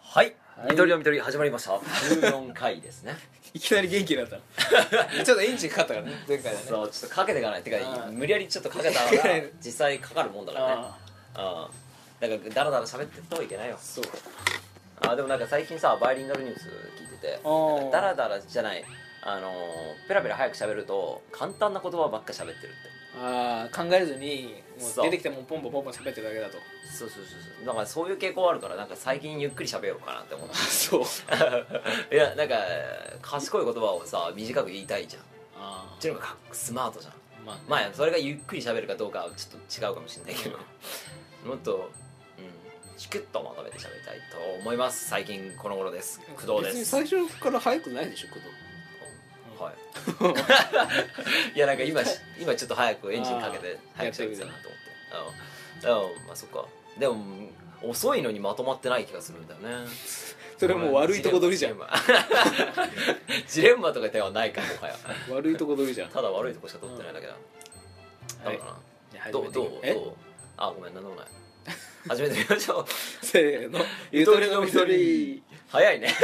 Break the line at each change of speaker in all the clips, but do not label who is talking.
はい、
い
見取りの見取り始まりました14回ですね
いきなり元気になったのちょっとエンジンかかったからね前回は ね
そうちょっとかけていかないてか
うん
無理やりちょっとか けた方が実際かかるもんだからね
ああ
うんだからダラダラ喋ってるといけないよ
そう
あでもなんか最近さバイリンガルニュース聞いてて
おー
なんかダラダラじゃないあのーペラペラ早く喋ると簡単な言葉ばっか喋ってるっ
ああ考えずにも
そう
う出てきたもんポンポンポンポン喋ってるだけだと
てそうそうそうそうだからそういう傾向あるからなんか最近ゆっくり喋ろうかなって 思っ
そう
たいやなんか賢い言葉をさ短く言いたいじゃん
あ
っていうのがかっスマートじゃん
あまあ
まあそれがゆっくり喋るかどうかはちょっと違うかもしれないけどもっとうんチクッとまとめて喋りたいと思います最近この頃です工藤
別
で
に
すは
最初から早くないでしょ工藤
いいやなんか今し今ちょっと早くエンジンかけて
あー
早く喋ってたなと思ってうんうんまあそっかでも遅いのにまとまってない気がするんだよね
それはもう悪いとこ取りじゃ
ジレ
ん
ンマジレンマとかではないかもはや
悪いとこ取りじゃん
ただ悪いとこしか取ってないだけだ
は
ど
いう
かな
じゃあ
ど
始
う
めてい
どうど
こえ
うあごめんなんでも ない始めてみましょう
せーのゆとりのみとり
早い ね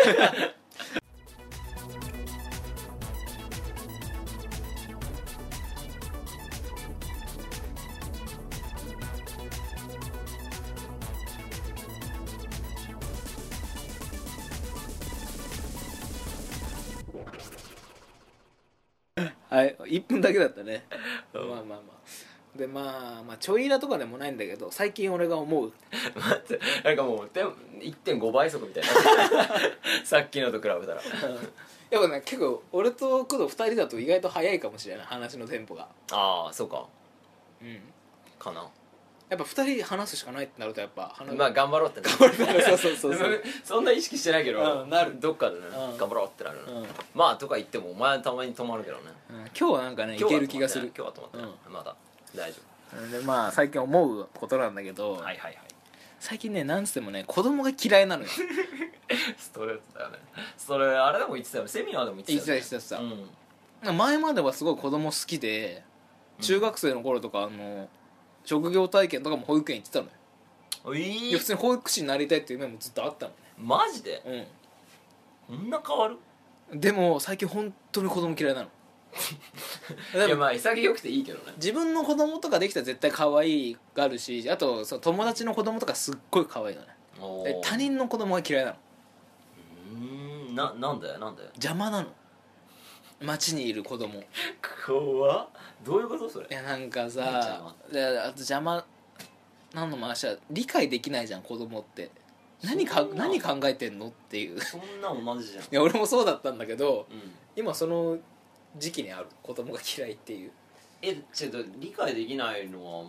はい1分だけだったね
う
まあ
ん
まあまあでまあまあちょいイラとかでもないんだけど最近俺が思う
待ってなんかもうでも1.5倍速みたいな さっきのと比べたら
やっぱね結構俺と工藤2人だと意外と早いかもしれない話のテンポが
ああそうか
うんや
かな
っぱ2人話すしかないってなるとやっぱ話
まあ頑張ろうってな
そうそうそうそう
そんな意識してないけど、
うんなる
どっかでね、
うん
頑張ろうってなる、
うんうん
まあとか言ってもお前はたまに止まるけどね
今日はなんかねい
今日
け
は
る気がする
今日は止まってない、まだ大丈
うんでまあ最近思うことなんだけど、
夫はいはいはい
最近ねなんつってもね子供が嫌いな のよ
ストレートだよねそれあれでも言ってたよねセミナーでも言ってたよね
言ってた言ってた
う
言
ん
前まではすごい子供好きで
うん
中学生の頃とかあの職業体験とかも保育園行ってたのよ
え
いや普通に保育士になりたいっていう夢もずっとあったの
マジで
ね、
こんな変わる
うん、でも最近本当に子供嫌いなの
いやまあ潔くていいけどね
自分の子供とかできたら絶対可愛があるしあとその友達の子供とかすっごい可愛いのね
お
で
ー
他人の子供が嫌いなの
うーんななんだよなんだよ
邪魔なの街にいる子供い
怖っどういうことそれ
やなんか
邪
さであと邪魔なのもあしは理解できないじゃん子供って何か
そうなの
何考えてんのっていう い
そんな同じじゃん
や俺もそうだったんだけど
うん
今その時期にある子供が嫌いっていう
えちょっと理解できないのはもう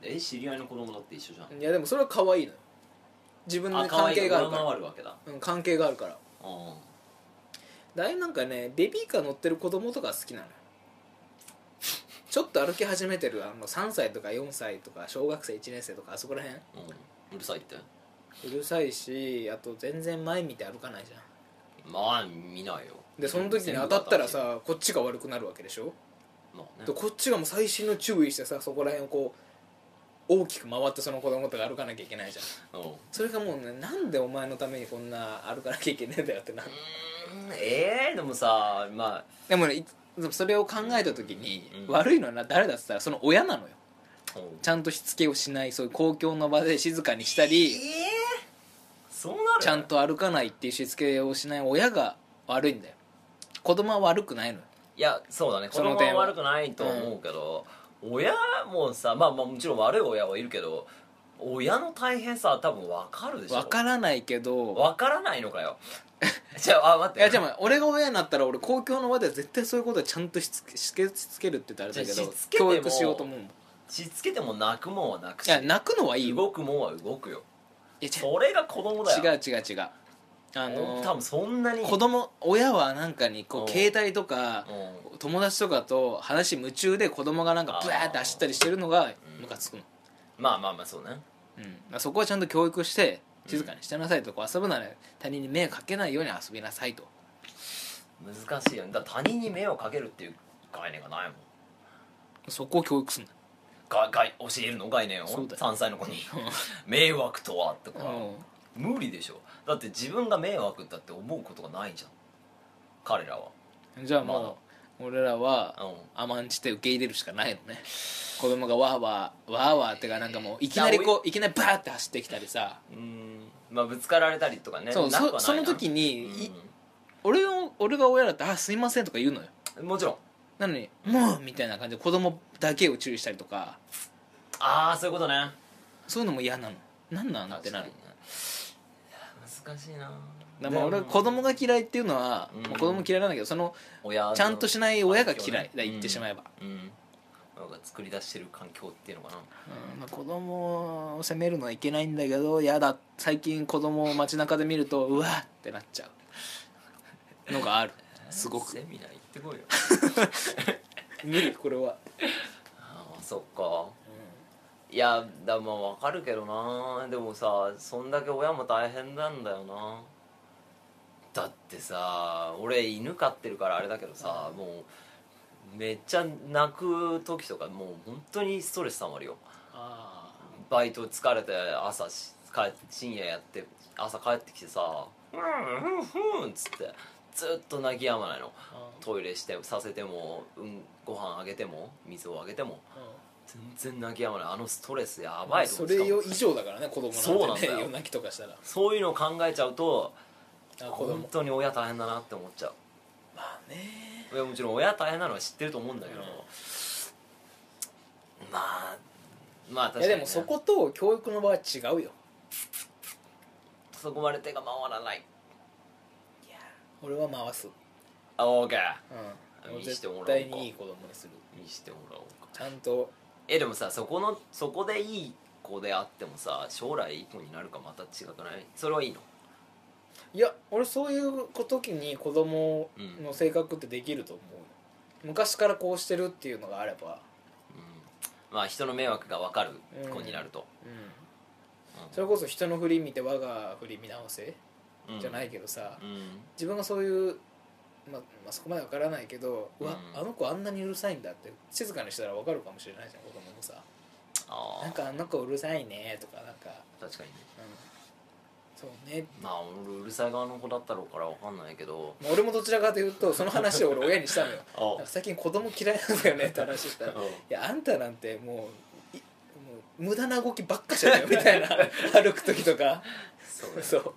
え知り合いの子供だって一緒じゃん
いやでもそれは可愛いのよ自分の
あ可
関
愛い
係
上
が
回
あるから
るわけだ
うん関係があるから
うん
だいぶなんかねベビーカー乗ってる子供とか好きなのよちょっと歩き始めてるあの3歳とか4歳とか小学生1年生とかあそこらへん
うるさいって
うるさいしあと全然前見て歩かないじゃん
まあ見ないよ
でその時に当たったらさこっちが悪くなるわけでしょ
まあね
でこっちがもう細心の注意してさそこら辺をこう大きく回ってその子供とか歩かなきゃいけないじゃん
うんう
それがもうねなんでお前のためにこんな歩かなきゃいけねえんだよってな
ーんえー、でもさまあ
でもねいでもそれを考えた時に、
うん
悪いのはな誰だっつったらその親なのよ
うん
ちゃんとしつけをしないそういう公共の場で静かにしたり
えー、そうなる
ちゃんと歩かないっていうしつけをしない親が悪いんだよ子供は悪くないのよ
いやそうだね子
その
供は
点は
悪くないと思うけど、親もさまあまあもちろん悪い親はいるけど親の大変さは多分分かるでしょ
わからないけど
分からないのか よじゃああ待っ
い
て
やじゃあ俺が親になったら俺公共の場では絶対そういうことはちゃんとしつけしつけしつけるって言ったらあれだけ
じゃあ
ど
しつけても
教育しようと思うもんい
しつけても泣くもんは泣くし
や泣くのはいいよ
動くもんは動くよ
いやち
それが子供だ
違
よ
う違う違うあの
多分そんなに
子供親はなんかにこ
うん
う携帯とか
うん
友達とかと話夢中で子供がなんかブワーって走ったりしてるのがムカつくの
まあまあまあそうね
うん、だからそこはちゃんと教育して静かにしてなさいと、こう遊ぶなら他人に迷惑かけないように遊びなさいと
難しいよねだから他人に迷惑かけるっていう概念がないもん
そこを教育するんだ
がが教えるの概念を
そうだよ
3歳の子に迷惑とはとか
うん
無理でしょだって自分が迷惑だって思うことがないじゃん彼らは
じゃあもう俺らは
うん
甘んじて受け入れるしかないのね子供がわーわーわーわーってかなんかもういきなりこういきなりバーって走ってきたりさ
うんまあぶつかられたりとかね
そう
なくはないな
そその時に、い
うん
俺を俺が親だって「あすいません」とか言うのよ
もちろん
なのに「もう!」みたいな感じで子供だけを注意したりとか
ああそういうことね
そういうのも嫌なのなんなんってなる
確かにねいや難しいな
だからまあ俺は子供が嫌いっていうのは、
うん
まあ子供嫌いなんだけどその
親の
ちゃんとしない親が嫌いだ
環境ね
から言ってしまえば、
うん、うん親が作り出してる環境っていうのかな
うんまあ、子供を責めるのはいけないんだけど嫌だ最近子供を街中で見るとうわっってなっちゃうのがある すごく
セミナー行ってこいよ
無理これは、
ああそっかいやだまあわかるけどなでもさそんだけ親も大変なんだよなだってさ俺犬飼ってるからあれだけどさもうめっちゃ泣く時とかもう本当にストレス溜まるよ
あ
バイト疲れて朝し帰深夜やって朝帰ってきてさ「うんうんうん」っつってずっと泣き止まないの
あ
トイレしてさせても、うん、ご飯あげても水をあげても全然泣き止まないあのストレスやばいと
そ
思って
れ
たもん
以上だからね子供
そう
な
なんん
て
だ
ね
よ
夜泣きとかしたら
そういうのを考えちゃうと
あ子
本
供
当に親大変だなって思っちゃ
まあね
ういやもちろん親大変なのは知ってると思うんだけど、
うん
まあまあ確
い
か
や
に、ね、
でもそこと教育の場は違うよ
そこまで手が回らない
俺は回す、
あオーケー
うん、
見してもらおう
絶
か
対にいい子供にする
見してもらおうか
ちゃんと
えでもさそこのそこでいい子であってもさ将来いい子になるかまた違くないそれはいいの
いや俺そういう時に子供の性格ってできると思うよ、昔からこうしてるっていうのがあれば、
うんまあ人の迷惑が分かる子になると、うん
それこそ人の振り見て我が振り見直せ
うん
じゃないけどさ、
うん
自分がそういう、まあまあ、そこまでわからないけど、うわ
うん
あの子あんなにうるさいんだって静かにしたらわかるかもしれないじゃん子供もさ
あ
なん
あ
かあの子うるさいねとかなんか、
確かにね
うん、そうね
まあ俺うるさい側の子だったろうから分かんないけど
まあ俺もどちらかというとその話を俺親にしたのよ
あ
なんか最近子供嫌いなんだよねって話 したらいやあんたなんてもういもう無駄な動きばっかじゃないよみた いな歩く時とか
そうだね
そう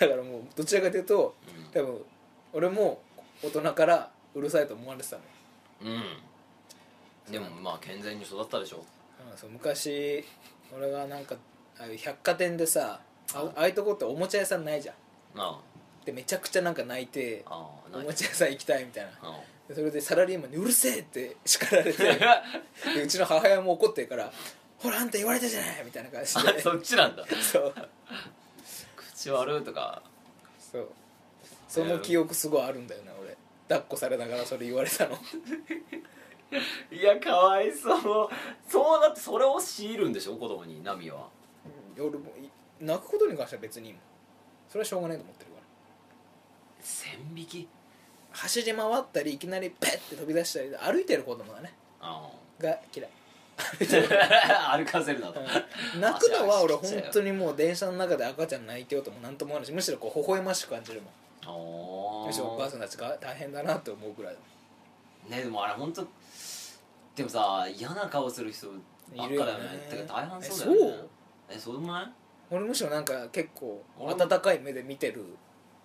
だからもうどちらかというと多分俺も大人からうるさいと思われてたのよ、
うん、うん、でもまあ健全に育ったでしょ
うん、そう昔俺がなんかああいう百貨店でさあああいうとこっておもちゃ屋さんないじゃん
あ
でめちゃくちゃなんか泣いて
あああ
お
ない
もちゃ屋さん行きたいみたいな
あ
でそれでサラリーマンに「うるせえ!」って叱られ てでうちの母親も怒ってるから「ほらあんた言われたじゃない!」みたいな感じ
あ
で
そっちなんだ
そう
口悪いとか
そうその記憶すごいあるんだよね俺抱っこされながらそれ言われ たの
いやかわいそうそうだってそれを強いるんでしょ子供にナミは
俺もい泣くことに関しては別にいいもんそれはしょうがないと思ってるから
線引き
走り回ったりいきなりペッて飛び出したり歩いてる子供がね
あ
が 嫌い、
あ 歩かせるなと
うん泣くのは俺本当にもう電車の中で赤ちゃん泣いてようとも何とも思わないしむしろこう微笑ましく感じるもんむしろお母さんたちが大変だなって思うぐらいだもん
ねでもあれ本当でもさ嫌な顔する人ばっかだよね
いるよね
てか大半そうだよねえそうでもない
俺むしろなんか結構
俺も
温かい目で見てる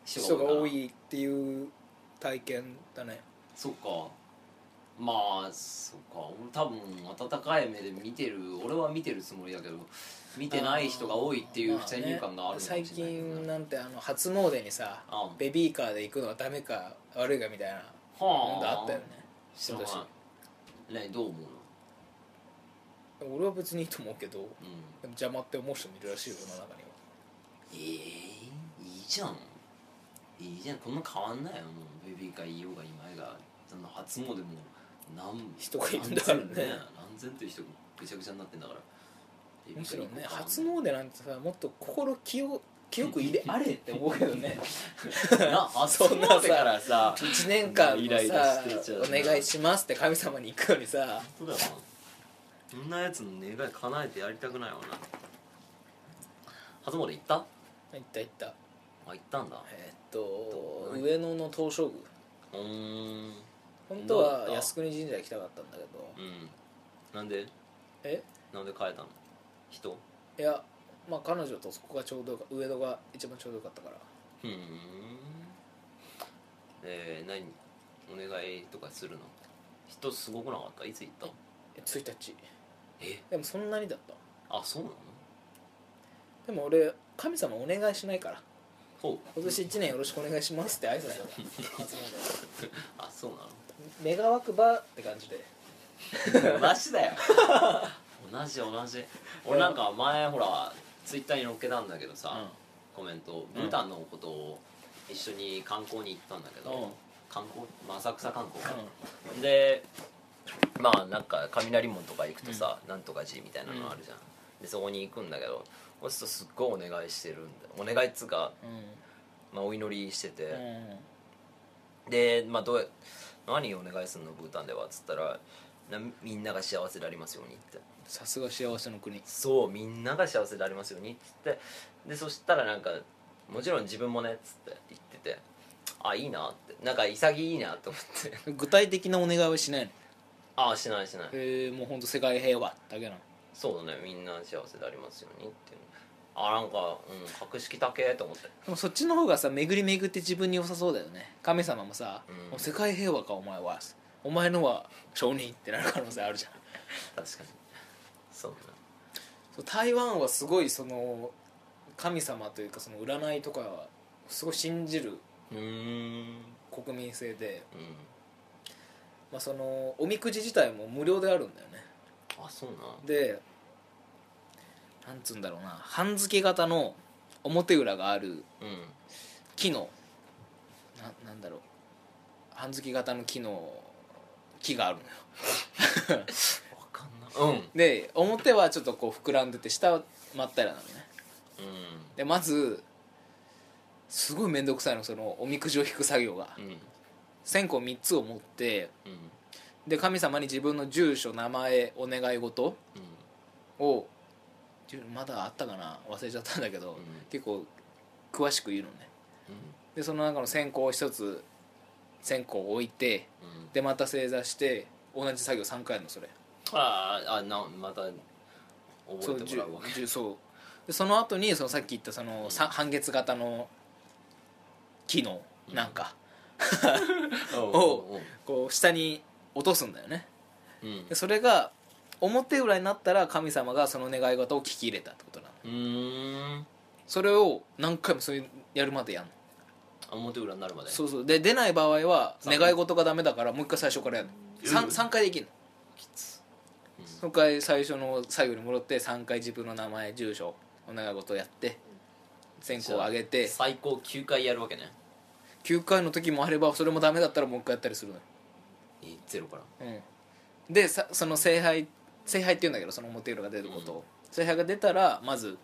人が多
から
いっていう体験だね
そっかまあそっか俺多分温かい目で見てる俺は見てるつもりだけど見てない人が多いっていう不正入観があるのかもしれない
最
けどね
近なんてあの初詣にさ
あ
ベビーカーで行くのはダメか悪いかみたいな
は
問題あったよね
知らない
今
ねどう思うの
年俺は別にいいと思うけどでも
うん
邪魔って思う人もいるらしいよ世の中には
ええいいじゃんいいじゃんこんな変わんないよもうベビーがいようがいまいがそんな初詣も何
人がいるんだからね
何千何千という人がぐちゃぐちゃになってんだからベビ
む
ー
し
カ
ろ
ー
ね
一個買
初詣なんてさもっと心清清 く入れあれって思うけどね
うな 初
そんなさ
詣からさ
1年間
イ
の
ライラ
さ
してちゃう
「お願いします」って神様に行くのにさ
そうだよなそんなやつの願い叶えてやりたくないわな初詣行った
行った行った
あ行ったんだ
えーっと
どう
上野の東照宮
うーん
本
ど
当
うだっ
は
た
靖国神社行きたかったんだけど
うんなんで
え
なんで変えたの人
いやまあ彼女とそこがちょうどよか上野が一番ちょうどよかったから
ふーんえー、何お願いとかするの人すごくなかったいつ行った
え1日
え
でもそんなにだった
あそうなの
でも俺神様お願いしないから
ほう
今年1年よろしくお願いしますって挨拶 だから初詣
あそうなの
願わくばって感じで
同じだよ同じ同じ俺なんか前ほらツイッターに載っけたんだけどさ、コメント
う
ブ
ん
ータンのことを一緒に観光に行ったんだけど、
うん
観光、まあ、浅草観光か、でまあなんか雷門とか行くとさ、なんとか寺みたいなのあるじゃん、でそこに行くんだけどそうするとすっごいお願いしてるんだよお願いっつうか、まあ、お祈りしてて、
うんうんうん
で、まあ、どうや何をお願いするのブータンではっつったらなみんなが幸せでありますようにって
さすが幸せの国
そうみんなが幸せでありますようにっつってでそしたらなんかもちろん自分もねっつって言っててあいいなってなんか潔いなと思って
具体的なお願いはしないの
ああしないしない
えー、もう本当世界平和だけなの
そうだねみんな幸せでありますようにっていうあなんかうん格式高えと思って
でもそっちの方がさ巡り巡って自分に良さそうだよね神様もさ
うん
「もう世界平和かお前はお前のは承認」ってなる可能性あるじゃん
確かにそうだね
そう台湾はすごいその神様というかその占いとかはすごい信じる
うーん
国民性で、
うん
まあ、そのおみくじ自体も無料であるんだよね
あそうな
でなんつうんだろうな半月型の表裏がある
うん
木のななんだろう半月型の木の木があるのよ
わかんないうん
で表はちょっとこう膨らんでて下はまったりなのね
う
でまずすごい面倒くさいのそのおみくじを引く作業が
んうん
線香3つを持って
うん
で神様に自分の住所名前お願い事
うん
をじゅまだあったかな忘れちゃったんだけど、
ん
結構詳しく言うのね
うん
でその中の線香を1つ線香を置いて
うん
でまた正座して同じ作業3回やるのそれ
あああなまた覚
そう
えてもらうわけ
じゅじゅそうでその後にそのさっき言ったその、さ半月型の木のなんか、
おう
こう下に落とすんだよね
うん
でそれが表裏になったら神様がその願い事を聞き入れたってことなの
うーん
それを何回もそういうやるまでやんの
あ表裏になるまで
そうそうで出ない場合は
さん
願い事がダメだからもう一回最初からやる
うん
3, 3回できるの
きつ
その回最初の最後に戻って3回自分の名前住所お願い事をやって線香をあげて
最高9回やるわけね
9回の時もあればそれもダメだったらもう一回やったりするのよ
えゼロから
うん、でさその聖杯聖杯っていうんだけどその表裏が出ることを、聖杯が出たらまず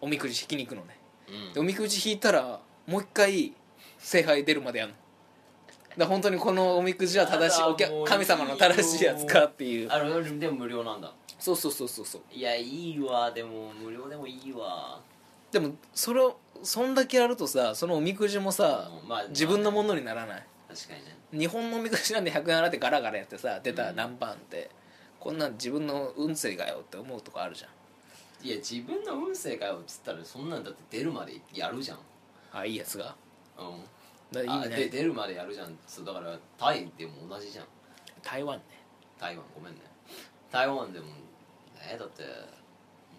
おみくじ引きに行くのね
うん
でおみくじ引いたらもう一回聖杯出るまでやんのだから本当にこのおみくじは正しい
やだ
お客
もういいよ
神様の正しいやつかっていう
あれでも無料なんだ
そうそうそうそうそう
いやいいわでも無料でもいいわ
でもそれをそんだけやるとさそのおみくじもさ、
うんまあ
自分のものにならない
確かにね
日本のおみくじなんで100円払ってガラガラやってさ出た何番って、こんなん自分の運勢がよって思うとこあるじゃん
いや自分の運勢かよっつったらそんなんだって出るまでやるじゃん
あいいやつが
う
だ
ん
から
あ
意味な
で
い
出るまでやるじゃんそうだからタイでも同じじゃん
台湾ね
台湾ごめんね台湾でもえだって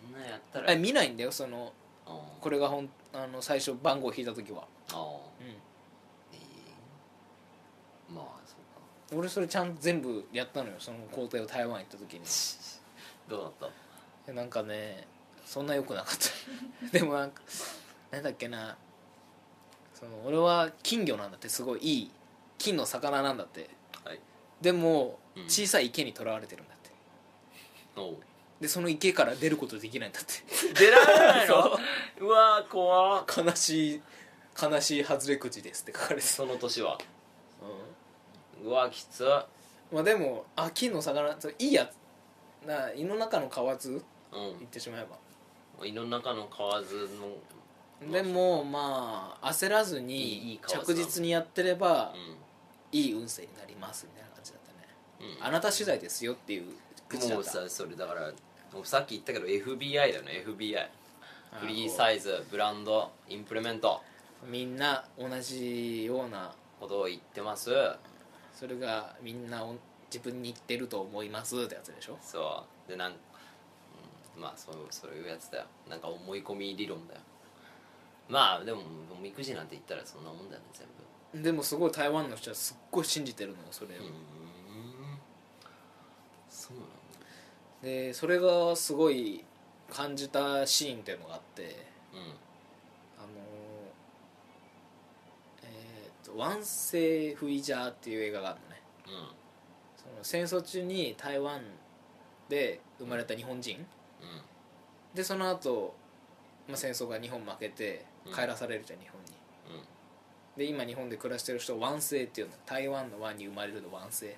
みんなやったら
え見ないんだよその
あー
これがほんあの最初番号引いた時は、
あーえーまあそうか
俺それちゃんと全部やったのよその皇帝を台湾行った時に
どうだっ
でなんかねそんな良くなかった でもなんかなんだっけなその俺は金魚なんだってすごいいい金の魚なんだって
たはい
でも
うん
小さい池にとらわれてるんだって
お
でその池から出ることできないんだって
出られないのうわー怖っ
悲しい悲しい外れ口ですって書かれてた、
その年はうわきつ
まあでもあ金の魚そういいやつな胃の中の蛙
う
言ってしまえば
ん胃の中の蛙の
でもまあ焦らず
いいい
に
い顔
着実にやってれば
う
いい運勢になりますみたいな感じだったね
んうん
あなた次第ですよっていう口だ
も
っ
う
た
さそれだからもうさっき言ったけど FBI だよね FBI フリーサ
イ
イズブランドインプレメント
みんな同じような
ことを言ってます
それがみんなお自分に言ってると思いますってやつでしょ
そうでなん、うん、まあそうそういうやつだよなんか思い込み理論だよまあでもおみくじなんて言ったらそんなもんだよね全部
でもすごい台湾の人はすっごい信じてるのよそれを、
うーんそうなんだ
でそれがすごい感じたシーンっていうのがあって
うん
あのえーと「ワンセイ・フイジャー」っていう映画があるのね
うん
その戦争中に台湾で生まれた日本人
うん
でその後、まあ戦争が日本負けて帰らされるじゃん日本にで今日本で暮らしてる人を「ワンセイ」っていうの台湾の「湾に生まれるの「ワンセイ」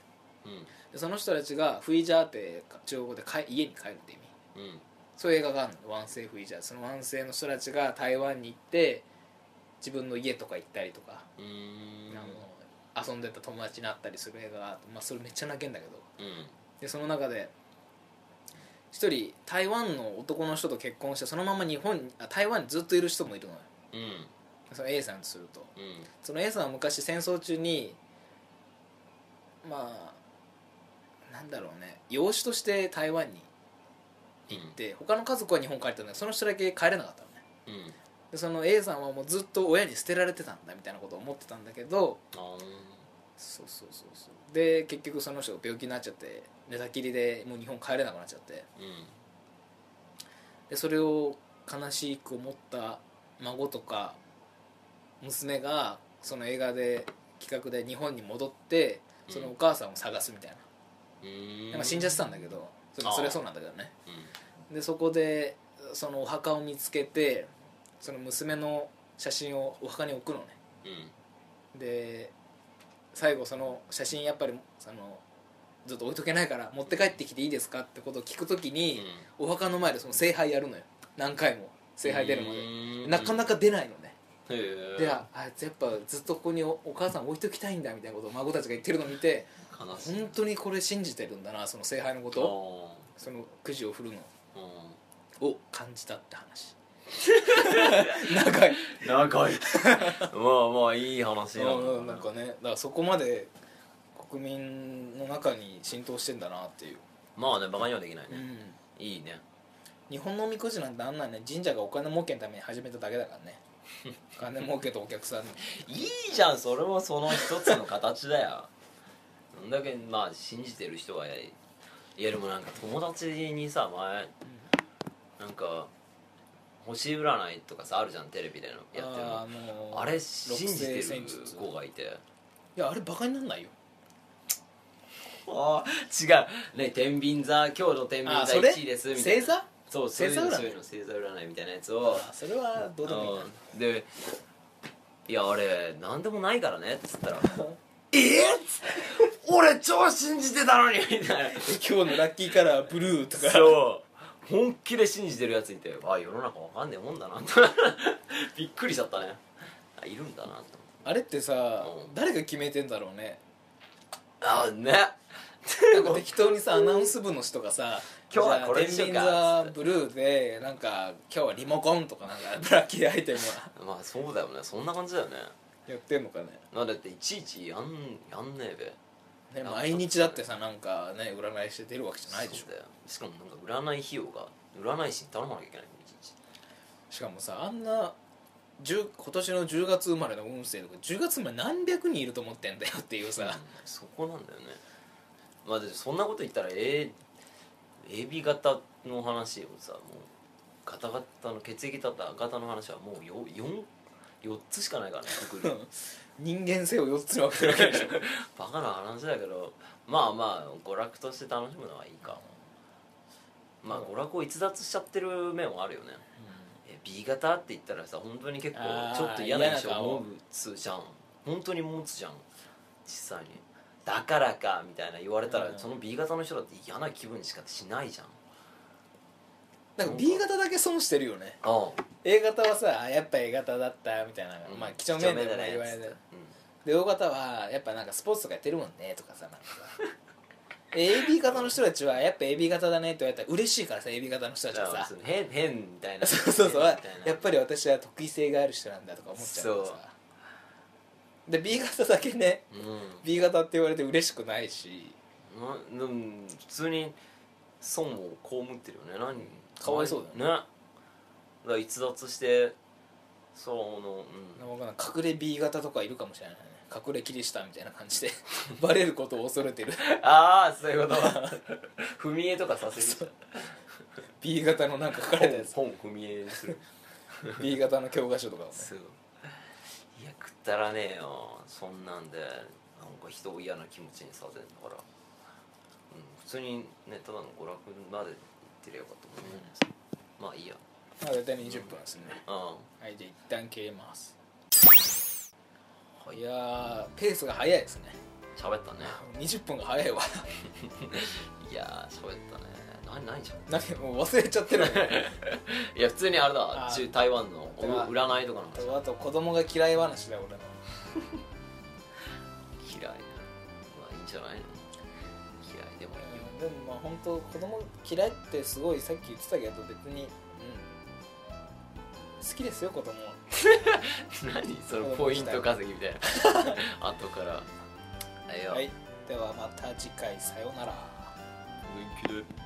うん
でその人たちが「フイジャー」って中国語でか家に帰るって意味
うんうん
そういう映画があるの湾西フイジャーその湾西の人たちが台湾に行って自分の家とか行ったりとか、
うーん
あの遊んでた友達に会ったりする映画があって、まあ、それめっちゃ泣けんだけど
うん
でその中で一人台湾の男の人と結婚してそのまま日本にあ台湾にずっといる人もいるのよ
うん
その A さんとすると
うん
その A さんは昔戦争中にまあなんだろうね養子として台湾に行って、他の家族は日本帰ったんだけどその人だけ帰れなかったのね
うん
でその A さんはもうずっと親に捨てられてたんだみたいなことを思ってたんだけど
あー
そうそうそうそうで結局その人が病気になっちゃって寝たきりでもう日本帰れなくなっちゃって
うん
でそれを悲しく思った孫とか娘がその映画で企画で日本に戻ってそのお母さんを探すみたいな、
うーん
なんか死んじゃってたんだけどそれ
あー
それはそうなんだけどね
うん
でそこでそのお墓を見つけてその娘の写真をお墓に置くのね
うん
で最後その写真やっぱりそのずっと置いとけないから持って帰ってきていいですかってことを聞くときに、お墓の前でその聖杯やるのよ何回も聖杯出るまで、
で
なかなか出ないのね、
へえ
でああいつやっぱずっとここにおお母さん置いときたいんだみたいなことを孫たちが言ってるのを見て
悲しい
本当にこれ信じてるんだなその聖杯のことをそのくじを振るの
あー
を感じたって話 長い
うん長いまあまあいい話な
うんうん
ん
な
だ
んかねだからそこまで国民の中に浸透してんだなっていう、
まあねバカにはできないね
ん、
いいね
日本のおみくじなんてあんなんね神社がお金儲けのために始めただけだ からねお金儲けとお客さん
いいじゃんそれもその一つの形だよどんだけまあ信じてる人がいやでもなんか友達にさ前なんか星占いとかさあるじゃんテレビでのやってるの
あーのー
あれ信じて
六
る
星占術
子がいて
いやあれバカになんないよ
あー違うね天秤座今日の天
あ
秤座
そ
1
れ
位ですみたい
星
な
座
そうそういうの
星座占い
そういうの星座占いみたいなやつを
あそれはどうでもいいな
うんで「いやあれ何でもないからね」っつったら「 えっ!」つって「俺超信じてたのに」みたいな
今日のラッキーカラーブルーとか
そう本気で信じてるやついてあ世の中わかんねえもんだな びっくりしちゃったねあいるんだなと思って
あれってさ、
うん
誰が決めてんだろうね
あね
なんか適当にさアナウンス部の人がさ
今日は
じゃあ
これにしようか
天秤座ブルーでなんか今日はリモコンとかなんかラッキーアイテムは
まあそうだよねそんな感じだよね
やってんのかね
まあだっていちいちやんやんねえべ
ね
あ
毎日だってさなんかね占いして出るわけじゃないでしょ
そうだよしかもなんか占い費用が占い師に頼まなきゃいけないいちいち
しかもさあんな10今年の10月生まれの運勢とか10月生まれ何百人いると思ってんだよっていうさ、
そこなんだよねまあだってそんなこと言ったら A AB 型の話をさもうガタガタの血液型型の話はもう 4, 4, 4つしかないからねくくり
人間性を4つに分けてるわけでしょ
バカな話だけどまあまあ娯楽として楽しむのはいいかまあ娯楽を逸脱しちゃってる面はあるよねえ B 型って言ったらさ本当に結構
あー
ちょっと嫌な印象
嫌な顔
持つじゃん本当に持つじゃん実際にだからかみたいな言われたら、
うん
その B 型の人だって嫌な気分しかしないじゃん
なんか B 型だけ損してるよね
あ
A 型はさあやっぱ A 型だったみたいな、まあ几帳面だよね言われ
て
てで O 型はやっぱなんかスポーツとかやってるもんねとかさなんかさ AB 型の人たちはやっぱ AB 型だねって言われたら嬉しいからさ AB 型の人たちはさ
変変みたいな
そうそうそう
変みたいな
やっぱり私は得意性がある人なんだとか思っちゃうからさで B 型だけね
うん
B 型って言われて嬉しくないし
なでも普通に損を被ってるよね何
かわいそう
だよねだから逸脱してそうのうん
わかんない隠れ B 型とかいるかもしれないね隠れキリシタンみたいな感じでバレることを恐れてる
ああそういうこと 踏み絵とかさせる
B 型のなんか書かれた やつ
本本踏み絵する
B 型の教科書とかをね
そういやくったらねえよそんなんでなんか人を嫌な気持ちにさせるんだから、うん、普通にねただの娯楽まで行ってりゃよかったもんね、まあいいや
まあ大体20分ですね
うん
はいじゃあ一旦切れますいやーペースが早いですね
喋ったね
20分が早いわ
いやー喋ったね何何喋 っ
何もう忘れちゃって るわ
たいや普通にあれだ
あー
中台湾のお
だから
占いとかの話
あと子供が嫌い話だよ俺の
嫌いなまあいいんじゃないの嫌いでもいいよ
うんでもまあ本当子供嫌いってすごいさっき言ってたけど別に、うん、好きですよ子供は
何そのポイント稼ぎみたい な後からあいや、
はいではまた次回さようなら
元気で